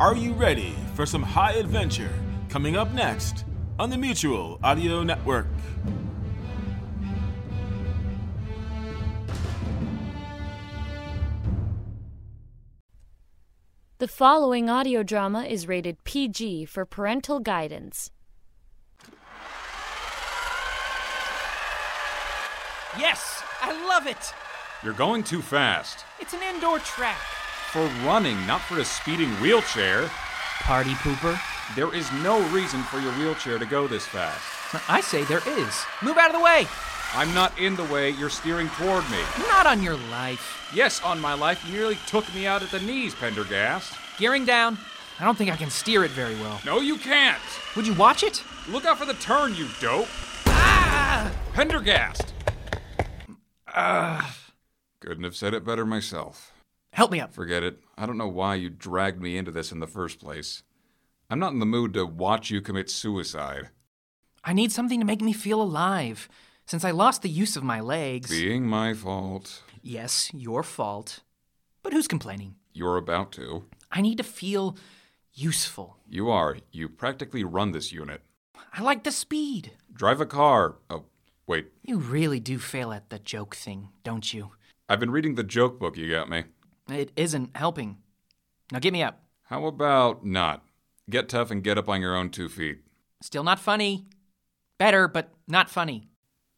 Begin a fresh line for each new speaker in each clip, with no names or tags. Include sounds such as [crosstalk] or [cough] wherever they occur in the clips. Are you ready for some high adventure coming up next on the Mutual Audio Network?
The following audio drama is rated PG for parental guidance.
Yes, I love it.
You're going too fast.
It's an indoor track.
For running, not for a speeding wheelchair.
Party pooper.
There is no reason for your wheelchair to go this fast.
I say there is. Move out of the way.
I'm not in the way, you're steering toward me.
Not on your life.
Yes, on my life, you nearly took me out at the knees, Pendergast.
Gearing down. I don't think I can steer it very well.
No, you can't.
Would you watch it?
Look out for the turn, you dope.
Ah!
Pendergast. Ah. Couldn't have said it better myself.
Help me up.
Forget it. I don't know why you dragged me into this in the first place. I'm not in the mood to watch you commit suicide.
I need something to make me feel alive. Since I lost the use of my legs.
Being my fault,
Yes, your fault. But who's complaining?
you're about to.
I need to feel useful.
You are. You practically run this unit.
I like the speed.
Drive a car. Oh, wait.
You really do fail at the joke thing, don't you?
I've been reading the joke book you got me.
It isn't helping. Now get me up.
How about not? Get tough and get up on your own two feet.
Still not funny. Better, but not funny.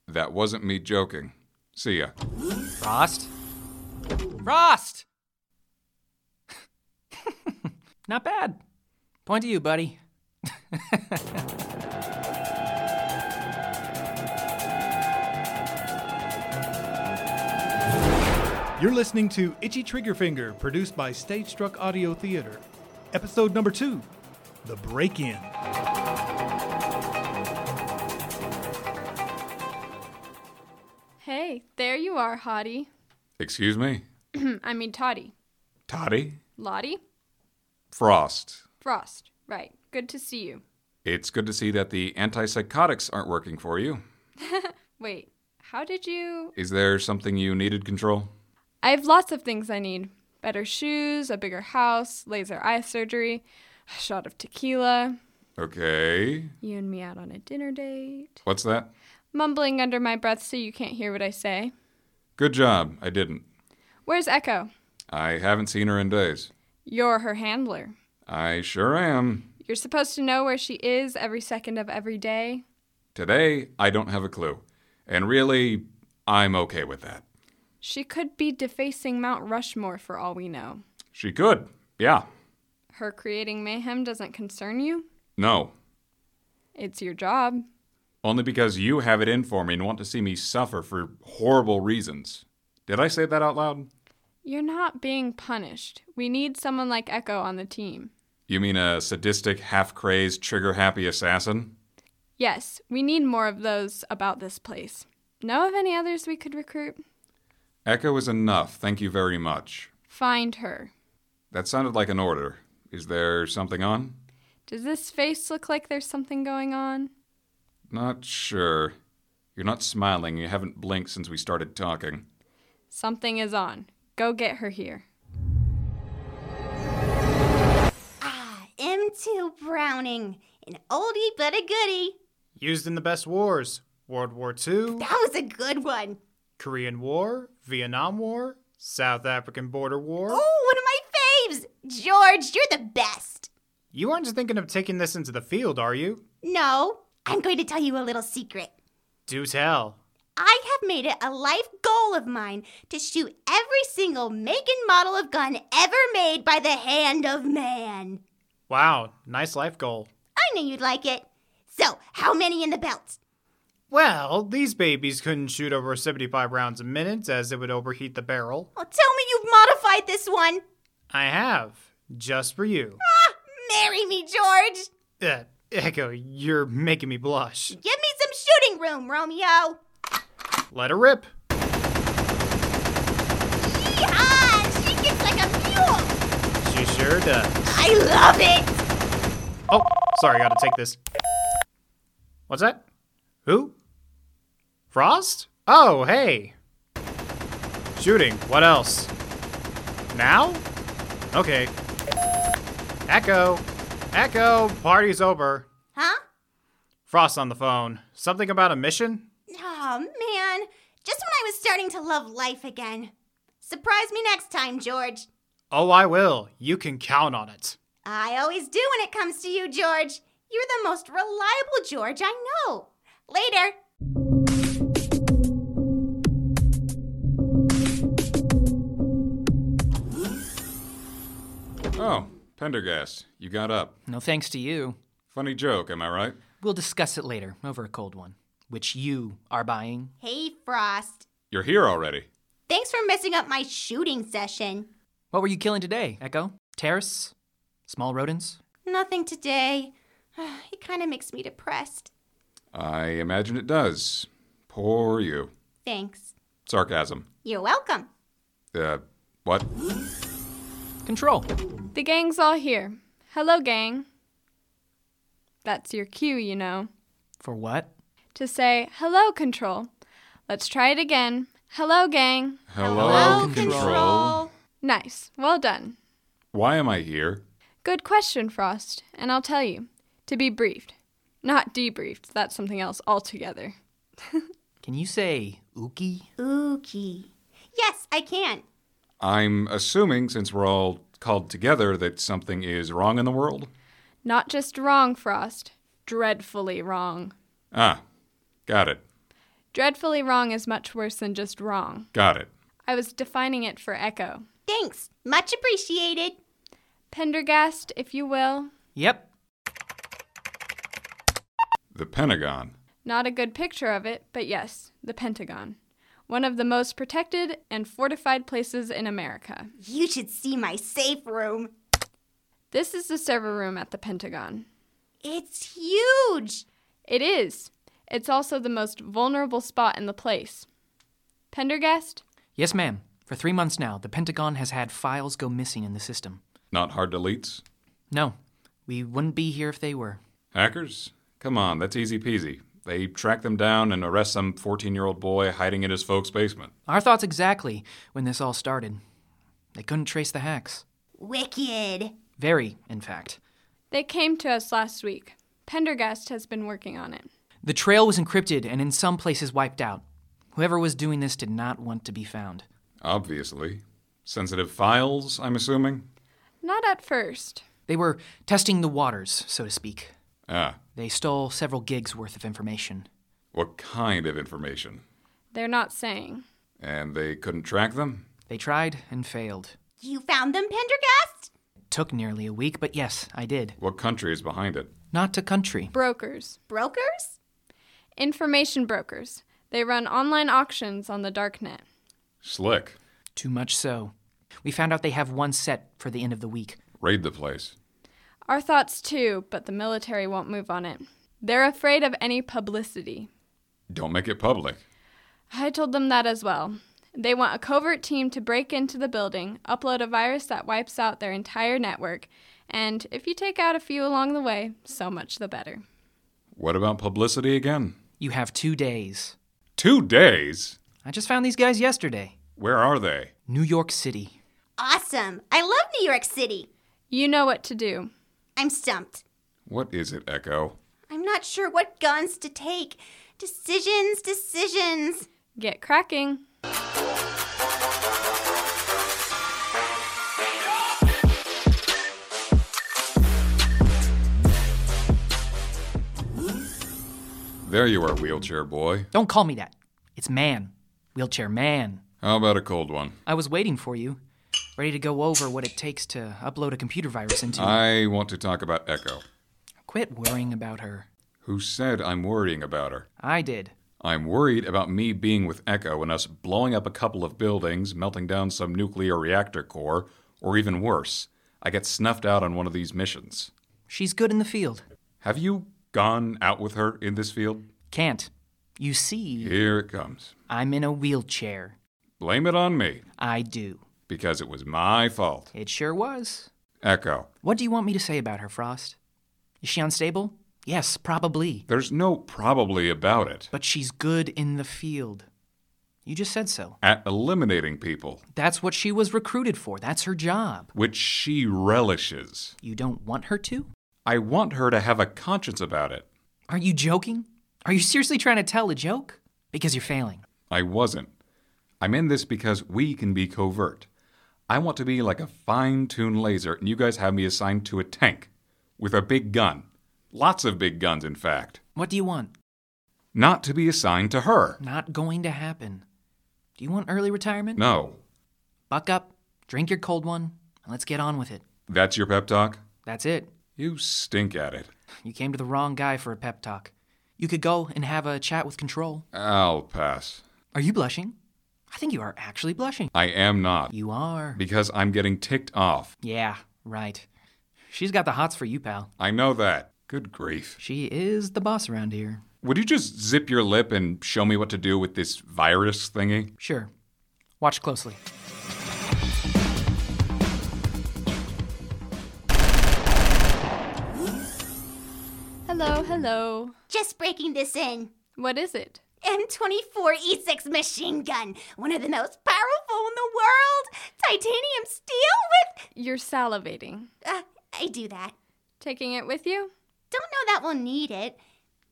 That wasn't me joking. See ya.
Frost? Frost! [laughs] Not bad. Point to you, buddy.
You're listening to Itchy Trigger Finger, produced by Stage Struck Audio Theater. Episode number two The Break In.
Hey, there you are, Hottie. [clears throat]
Excuse me?
I mean, Toddy.
Toddy?
Lottie?
Frost.
Frost. Right. Good to see you.
It's good to see that the antipsychotics aren't working for you.
Wait, how did you.
Is there something you needed, Control?
I have lots of things I need better shoes, a bigger house, laser eye surgery, a shot of tequila,
Okay.
you and me out on a dinner date,
What's that?
mumbling under my breath so you can't hear what I say.
Good job. I didn't.
Where's Echo?
I haven't seen her in days.
You're her handler.
I sure am.
You're supposed to know where she is every second of every day.
Today, I don't have a clue. And really, I'm okay with that.
She could be defacing Mount Rushmore for all we know.
She could. Yeah.
Her creating mayhem doesn't concern you.
No.
It's your job.
Only because you have it in for me and want to see me suffer for horrible reasons. Did I say that out loud?
You're not being punished. We need someone like Echo on the team.
You mean a sadistic, half crazed, trigger happy assassin?
Yes, we need more of those about this place. Know of any others we could recruit?
Echo is enough. Thank you very much.
Find her.
That sounded like an order. Is there something on?
Does this face look like there's something going on?
Not sure. You're not smiling. You haven't blinked since we started talking.
Something is on. Go get her here.
M2 Browning, an oldie but a goodie.
Used in the best wars World War II,
That was a good one.
Korean War, Vietnam War, South African Border War.
Oh, one of my faves! George, you're the best!
You aren't thinking of taking this into the field, are you?
No, I'm going to tell you a little secret.
Do tell.
I have made it a life goal of mine to shoot every single make and model of gun ever made by the hand of man.
Wow, nice life goal.
I knew you'd like it. So, how many in the belt?
Well, these babies couldn't shoot over 75 rounds a minute as it would overheat the barrel.
Oh, tell me you've modified this one.
I have, just for you.
Marry me, George!
Uh, Echo, you're making me blush.
Give me some shooting room, Romeo!
Let her rip.
Yeehaw! She gets like a mule!
She sure does.
I love it!
Oh, sorry, gotta take this. What's that? Who? Frost? Oh, hey. Shooting, what else? Now? Okay. Echo! Echo! Party's over.
Huh?
Frost on the phone. Something about a mission?
Oh, man. Just when I was starting to love life again. Surprise me next time, George.
Oh, I will. You can count on it.
I always do when it comes to you, George. You're the most reliable George I know. Later.
Oh, Pendergast, you got up.
No thanks to you.
Funny joke, am I right?
We'll discuss it later over a cold one, which you are buying.
Hey, Frost.
You're here already.
Thanks for messing up my shooting session.
What were you killing today, Echo? Terrorists? Small rodents?
Nothing today. [sighs] It kind of makes me depressed.
I imagine it does. Poor you.
Thanks.
Sarcasm.
You're welcome.
Uh, what?
Control.
The gang's all here. Hello, gang. That's your cue, you know.
For what?
To say, hello, control. Let's try it again. Hello, gang.
Hello,
Nice. Well done.
Why am I here?
Good question, Frost, and I'll tell you. To be briefed. Not debriefed, that's something else altogether.
Can you say ookie?
Ookie. Yes, I can.
I'm assuming, since we're all called together, that something is wrong in the world?
Not just wrong, Frost. Dreadfully wrong.
Ah, got it.
Dreadfully wrong is much worse than just wrong.
Got it.
I was defining it for Echo.
Thanks. Much appreciated.
Pendergast, if you will.
Yep.
The Pentagon.
Not a good picture of it, but yes, the Pentagon. One of the most protected and fortified places in America.
You should see my safe room.
This is the server room at the Pentagon.
It's huge.
It is. It's also the most vulnerable spot in the place. Pendergast?
Yes, ma'am. For three months now, the Pentagon has had files go missing in the system.
Not hard deletes?
No, we wouldn't be here if they were.
Hackers? Come on, that's easy peasy. They track them down and arrest some 14 year old boy hiding in his folks' basement.
Our thoughts exactly when this all started. They couldn't trace the hacks.
Wicked.
Very, in fact.
They came to us last week. Pendergast has been working on it.
The trail was encrypted and in some places wiped out. Whoever was doing this did not want to be found.
Obviously. Sensitive files, I'm assuming?
Not at first.
They were testing the waters, so to speak.
Ah,
They stole several gigs worth of information.
what kind of information?
They're not saying.
And they couldn't track them?
They tried and failed.
You found them, Pendergast?
It took nearly a week, but yes, I did.
What country is behind it?
Not to country.
Brokers.
Brokers?
Information brokers. They run online auctions on the darknet.
Slick.
Too much so. We found out they have one set for the end of the week.
Raid the place.
Our thoughts too, but the military won't move on it. They're afraid of any publicity.
Don't make it public.
I told them that as well. They want a covert team to break into the building, upload a virus that wipes out their entire network, and if you take out a few along the way, so much the better.
What about publicity again?
You have two days.
Two days?
I just found these guys yesterday.
Where are they?
New York City.
Awesome. I love New York City.
You know what to do.
I'm stumped.
What is it, Echo?
I'm not sure what guns to take. Decisions, decisions.
Get cracking.
There you are, wheelchair boy.
Don't call me that. It's man. Wheelchair man.
How about a cold one?
I was waiting for you, ready to go over what it takes to upload a computer virus into.
I want to talk about Echo.
Quit worrying about her.
Who said I'm worrying about her?
I did.
I'm worried about me being with Echo and us blowing up a couple of buildings, melting down some nuclear reactor core, Or even worse, I get snuffed out on one of these missions.
She's good in the field.
Have you gone out with her in this field?
Can't. You see,
Here it comes.
I'm in a wheelchair.
Blame it on me,
I do.
because it was my fault.
It sure was.
Echo,
What do you want me to say about her, Frost? Is she unstable? Yes, probably.
there's no probably about it.
But she's good in the field. You just said so.
At eliminating people,
That's what she was recruited for. That's her job.
which she relishes.
You don't want her to?
I want her to have a conscience about it.
Are you joking? Are you seriously trying to tell a joke? Because you're failing.
I wasn't. I'm in this because we can be covert. I want to be like a fine tuned laser, and you guys have me assigned to a tank with a big gun. Lots of big guns, in fact.
What do you want?
Not to be assigned to her.
Not going to happen. Do you want early retirement?
No.
Buck up, drink your cold one, and let's get on with it.
That's your pep talk?
That's it.
You stink at it.
You came to the wrong guy for a pep talk. You could go and have a chat with control.
I'll pass.
Are you blushing? I think you are actually blushing.
I am not.
You are.
Because I'm getting ticked off.
Yeah, right. She's got the hots for you, pal.
I know that. Good grief.
She is the boss around here.
Would you just zip your lip and show me what to do with this virus thingy?
Sure. Watch closely.
Hello, hello.
Just breaking this in.
What is it?
M24 E6 E machine gun, one of the most powerful in the world. Titanium steel with.
You're salivating.
Uh, I do that.
Taking it with you?
Don't know that we'll need it.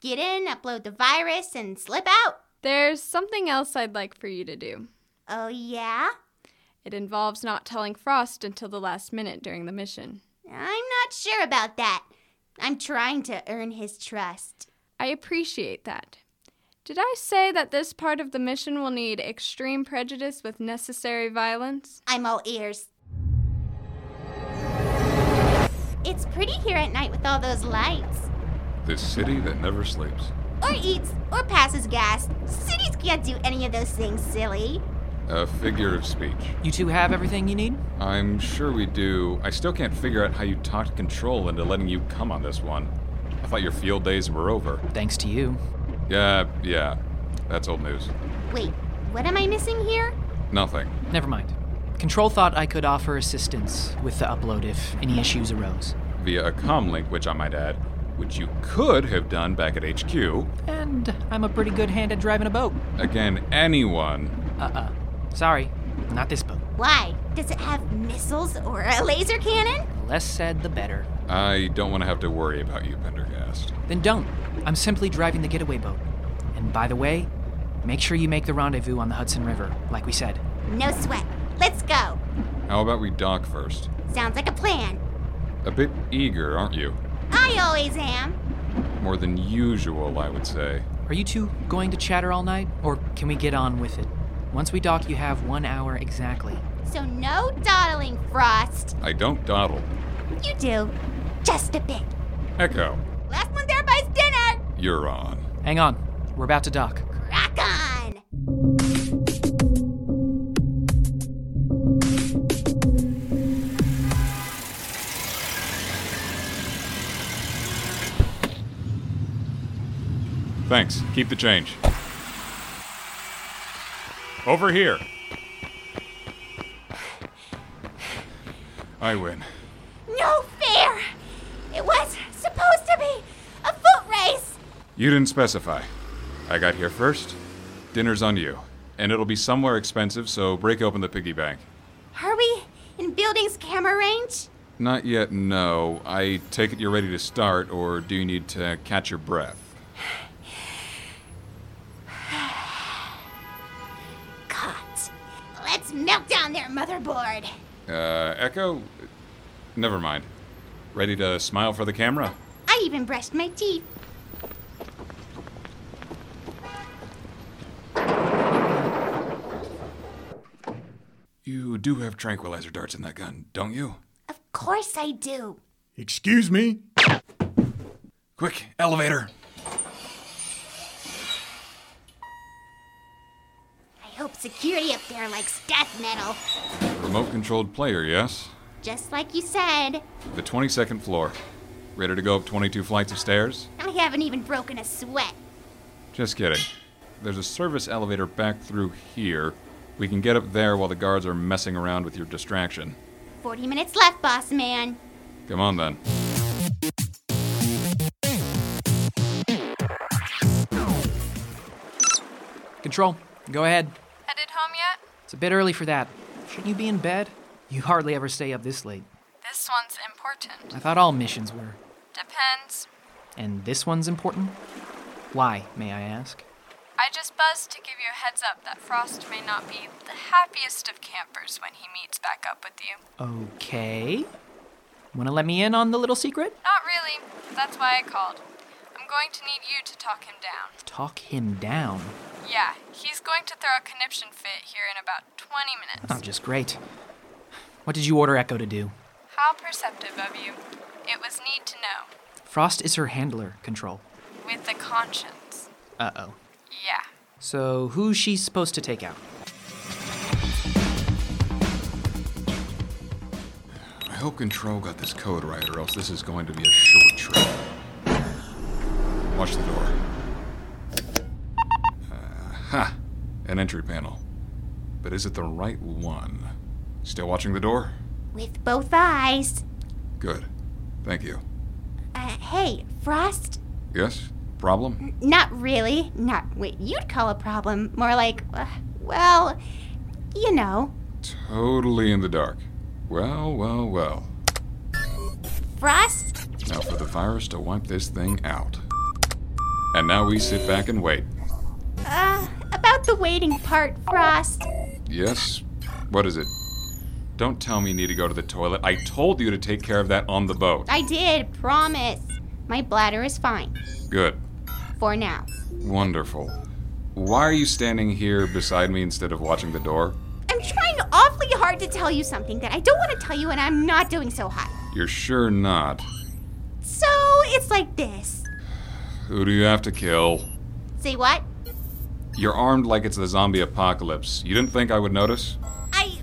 Get in, upload the virus, and slip out.
There's something else I'd like for you to do.
Oh, yeah?
It involves not telling Frost until the last minute during the mission.
I'm not sure about that. I'm trying to earn his trust.
I appreciate that. Did I say that this part of the mission will need extreme prejudice with necessary violence?
I'm all ears. It's pretty here at night with all those lights.
This city that never sleeps.
Or eats, or passes gas. Cities can't do any of those things, silly.
A figure of speech.
You two have everything you need?
I'm sure we do. I still can't figure out how you talked Control into letting you come on this one. I thought your field days were over.
Thanks to you.
Yeah, yeah. That's old news.
Wait, what am I missing here?
Nothing.
Never mind. Control thought I could offer assistance with the upload if any issues arose.
Via a comm link, which I might add, which you could have done back at HQ.
And I'm a pretty good hand at driving a boat.
Again, anyone.
Uh uh Sorry, not this boat.
Why? Does it have missiles or a laser cannon?
Less said, the better.
I don't want to have to worry about you, Pendergast.
Then don't. I'm simply driving the getaway boat. And by the way, make sure you make the rendezvous on the Hudson River, like we said.
No sweat. Let's go.
How about we dock first?
Sounds like a plan.
A bit eager, aren't you?
I always am.
More than usual, I would say.
Are you two going to chatter all night, or can we get on with it? Once we dock, you have one hour exactly.
So no dawdling, Frost.
I don't dawdle.
You do. Just a bit.
Echo,
Last one there buys dinner.
you're on.
Hang on, we're about to dock.
Rock on.
Thanks. Keep the change. Over here. I win.
No fair. It was supposed to be a foot race.
You didn't specify. I got here first. Dinner's on you. And it'll be somewhere expensive, so break open the piggy bank.
Are we in building's camera range?
Not yet, no. I take it you're ready to start, or do you need to catch your breath?
Caught. Let's melt down their motherboard.
Uh, Echo? Never mind. Ready to smile for the camera?
I even brushed my teeth.
You do have tranquilizer darts in that gun, don't you?
Of course I do.
Excuse me?
Quick, elevator!
I hope security up there likes death metal.
Remote controlled player, yes?
Just like you said,
The 22nd floor. Ready to go up 22 flights of stairs?
I haven't even broken a sweat.
Just kidding. There's a service elevator back through here. We can get up there while the guards are messing around with your distraction.
40 minutes left, boss man.
Come on then.
Control, go ahead.
Headed home yet?
It's a bit early for that. Shouldn't you be in bed? You hardly ever stay up this late.
This one's important.
I thought all missions were.
Depends.
And this one's important? Why, may I ask?
I just buzzed to give you a heads up that Frost may not be the happiest of campers when he meets back up with you.
Okay. Wanna let me in on the little secret?
Not really. That's why I called. I'm going to need you to talk him down.
Talk him down.
Yeah, he's going to throw a conniption fit here in about 20 minutes.
Oh, just great. What did you order Echo to do?
How perceptive of you. It was need to know.
Frost is her handler, Control.
With the conscience.
Uh oh.
Yeah.
So, who's she supposed to take out?
I hope Control got this code right, or else this is going to be a short trip. Watch the door. Uh, ha! An entry panel. But is it the right one? Still watching the door?
With both eyes.
Good. Thank you.
Uh, hey, Frost?
Yes? Problem?
Not really. Not what you'd call a problem. More like, uh, well, you know.
Totally in the dark. Well, well, well.
Frost?
Now for the virus to wipe this thing out. And now we sit back and wait.
Uh, about the waiting part, Frost.
Yes? What is it? Don't tell me you need to go to the toilet. I told you to take care of that on the boat.
I did, promise. My bladder is fine.
Good.
For now.
Wonderful. Why are you standing here beside me instead of watching the door?
I'm trying awfully hard to tell you something that I don't want to tell you, and I'm not doing so hot.
You're sure not.
So it's like this.
Who do you have to kill?
Say what?
You're armed like it's the zombie apocalypse. You didn't think I would notice?
I.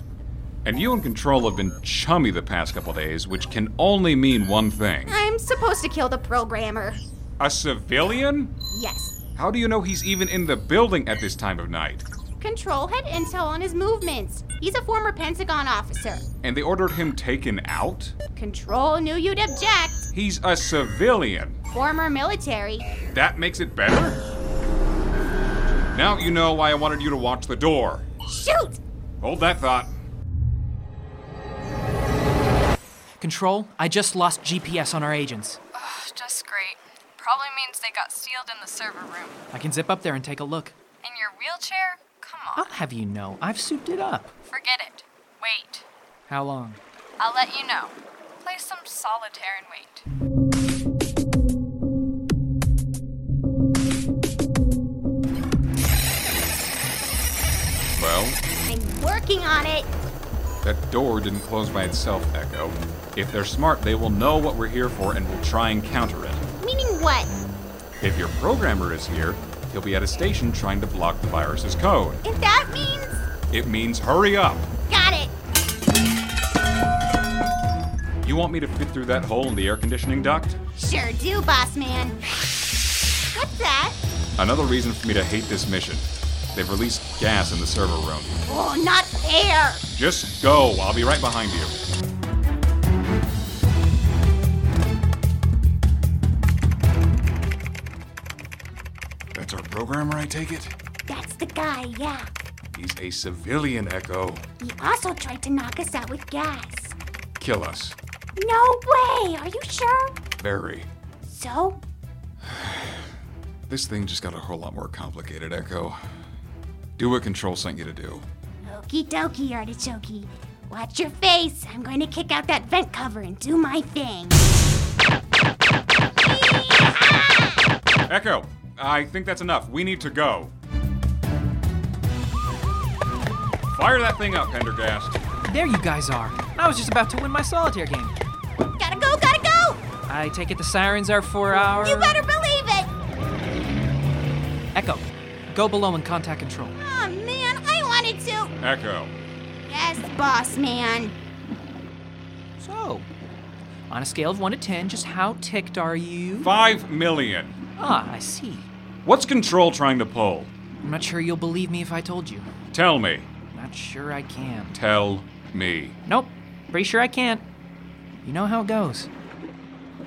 And you and Control have been chummy the past couple days, which can only mean one thing.
I'm supposed to kill the programmer.
A civilian?
Yes.
How do you know he's even in the building at this time of night?
Control had intel on his movements. He's a former Pentagon officer.
And they ordered him taken out?
Control knew you'd object.
He's a civilian.
Former military.
That makes it better? Now you know why I wanted you to watch the door.
Shoot!
Hold that thought.
Control, I just lost GPS on our agents.
Ugh, just great. Probably means they got sealed in the server room.
I can zip up there and take a look.
In your wheelchair? Come
I'll
Oh.
on.
have you know, I've souped it up.
Forget it. Wait.
How long?
I'll let you know. Play some solitaire and wait.
Well,
I'm working on it.
that door didn't close by itself, Echo. If they're smart, they will know what we're here for and will try and counter it.
Meaning what?
If your programmer is here, he'll be at a station trying to block the virus's code.
If that means.
It means hurry up!
Got it.
You want me to fit through that hole in the air conditioning duct?
Sure do, boss man. What's that?
Another reason for me to hate this mission. They've released gas in the server room.
Oh, not air.
Just go, I'll be right behind you. That's our programmer, I take it?
That's the guy, yeah.
He's a civilian echo.
He also tried to knock us out with gas.
Kill us.
No way. Are you sure?
Very.
So?
This thing just got a whole lot more complicated, Echo. Do what Control sent you to do.
Okie dokie, artichoke. Watch your face. I'm going to kick out that vent cover and do my thing.
Echo, I think that's enough. We need to go. Fire that thing up, Pendergast.
There you guys are. I was just about to win my solitaire game.
Gotta go, gotta go.
I take it the sirens are for our.
You better believe it.
Echo, go below and contact control.
Aw, man, I wanted to.
Echo,
Yes, boss man.
So, on a scale of 1 to 10, just how ticked are you?
Five million.
Ah, I see.
What's Control trying to pull?
I'm not sure you'll believe me if I told you.
Tell me.
Not sure I can.
Tell me.
Nope, pretty sure I can't. You know how it goes.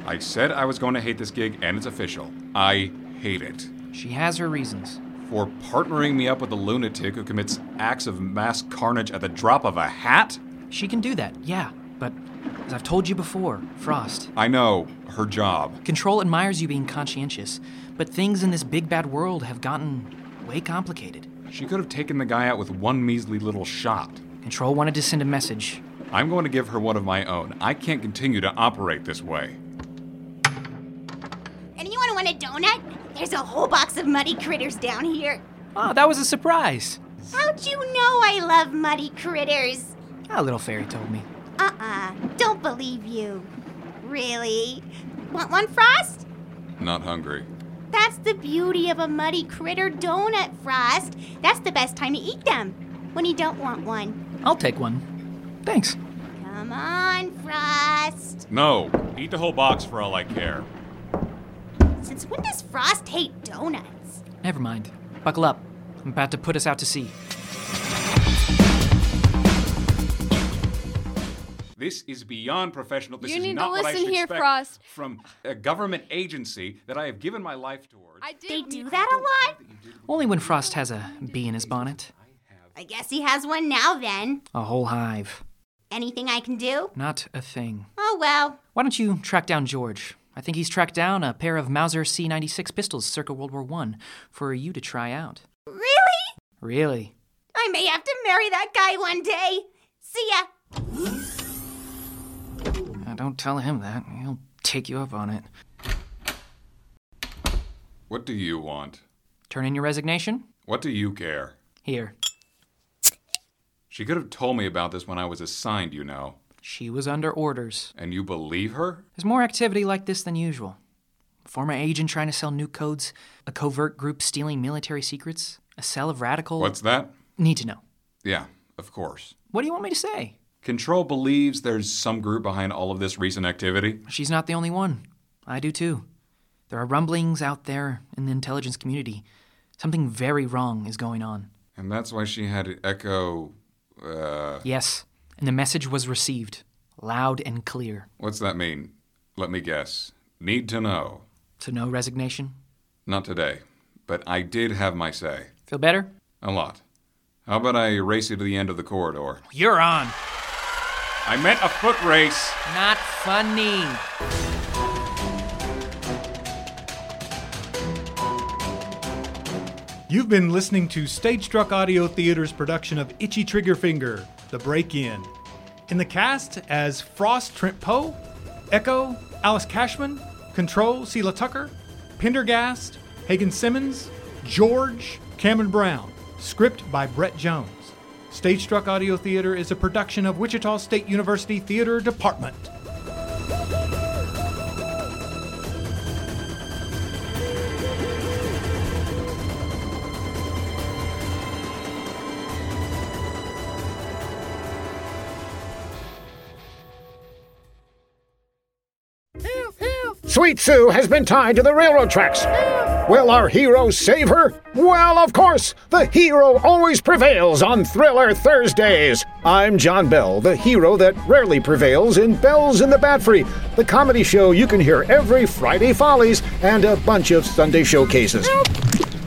I said I was going to hate this gig, and it's official. I hate it.
She has her reasons.
For partnering me up with a lunatic who commits acts of mass carnage at the drop of a hat?
She can do that, yeah, but as I've told you before, Frost,
I know, her job.
Control admires you being conscientious, but things in this big bad world have gotten way complicated.
She could have taken the guy out with one measly little shot.
Control wanted to send a message.
I'm going to give her one of my own. I can't continue to operate this way.
Anyone want a donut? There's a whole box of muddy critters down here.
Oh, that was a surprise.
How'd you know I love muddy critters?
Ah, A little fairy told me.
Uh uh-uh, uh, do not believe you. Really? Want one, Frost?
Not hungry.
That's the beauty of a muddy critter donut, Frost. That's the best time to eat them, when you don't want one.
I'll take one. Thanks.
Come on, Frost.
No, eat the whole box for all I care.
Since when does Frost hate donuts?
Never mind. Buckle up. I'm about to put us out to sea.
This is beyond professional. This
You
is
need to
not what I
listen
should
here,
expect
Frost.
from a government agency that I have given my life toward.
I did.
They do that a lot?
Only when Frost has a bee in his bonnet.
I guess he has one now then.
A whole hive.
Anything I can do?
Not a thing.
Oh well.
Why don't you track down George? I think he's tracked down a pair of Mauser C96 pistols circa World War I for you to try out.
Really?
Really?
I may have to marry that guy one day. See ya.
Uh, don't tell him that. He'll take you up on it.
What do you want?
Turn in your resignation?
What do you care?
Here.
She could have told me about this when I was assigned, you know.
She was under orders.
And you believe her?
There's more activity like this than usual. Former agent trying to sell new codes, a covert group stealing military secrets, a cell of radical.
What's that?
Need to know.
Yeah, of course.
What do you want me to say?
Control believes there's some group behind all of this recent activity.
She's not the only one. I do too. There are rumblings out there in the intelligence community. Something very wrong is going on.
And that's why she had it echo. Uh,
Yes, and the message was received, loud and clear.
what's that mean? Let me guess. Need to know.
So, no resignation?
Not today. But I did have my say.
Feel better?
A lot. How about I race you to the end of the corridor?
You're on!
I meant a foot race!
Not funny!
You've been listening to Stage Struck Audio Theater's production of Itchy Trigger Finger, The Break In. In the cast as Frost Trent Poe, Echo, Alice Cashman, Control, Sela Tucker, Pendergast, Hagen Simmons, George, Cameron Brown. Script by Brett Jones. Stage Struck Audio Theater is a production of Wichita State University Theater Department.
Sweet Sue has been tied to the railroad tracks. Will our hero save her? Well, of course. The hero always prevails on Thriller Thursdays. I'm John Bell, the hero that rarely prevails in Bells in the Bat Free, the comedy show you can hear every Friday Follies and a bunch of Sunday showcases.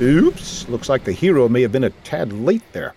Oops, looks like the hero may have been a tad late there.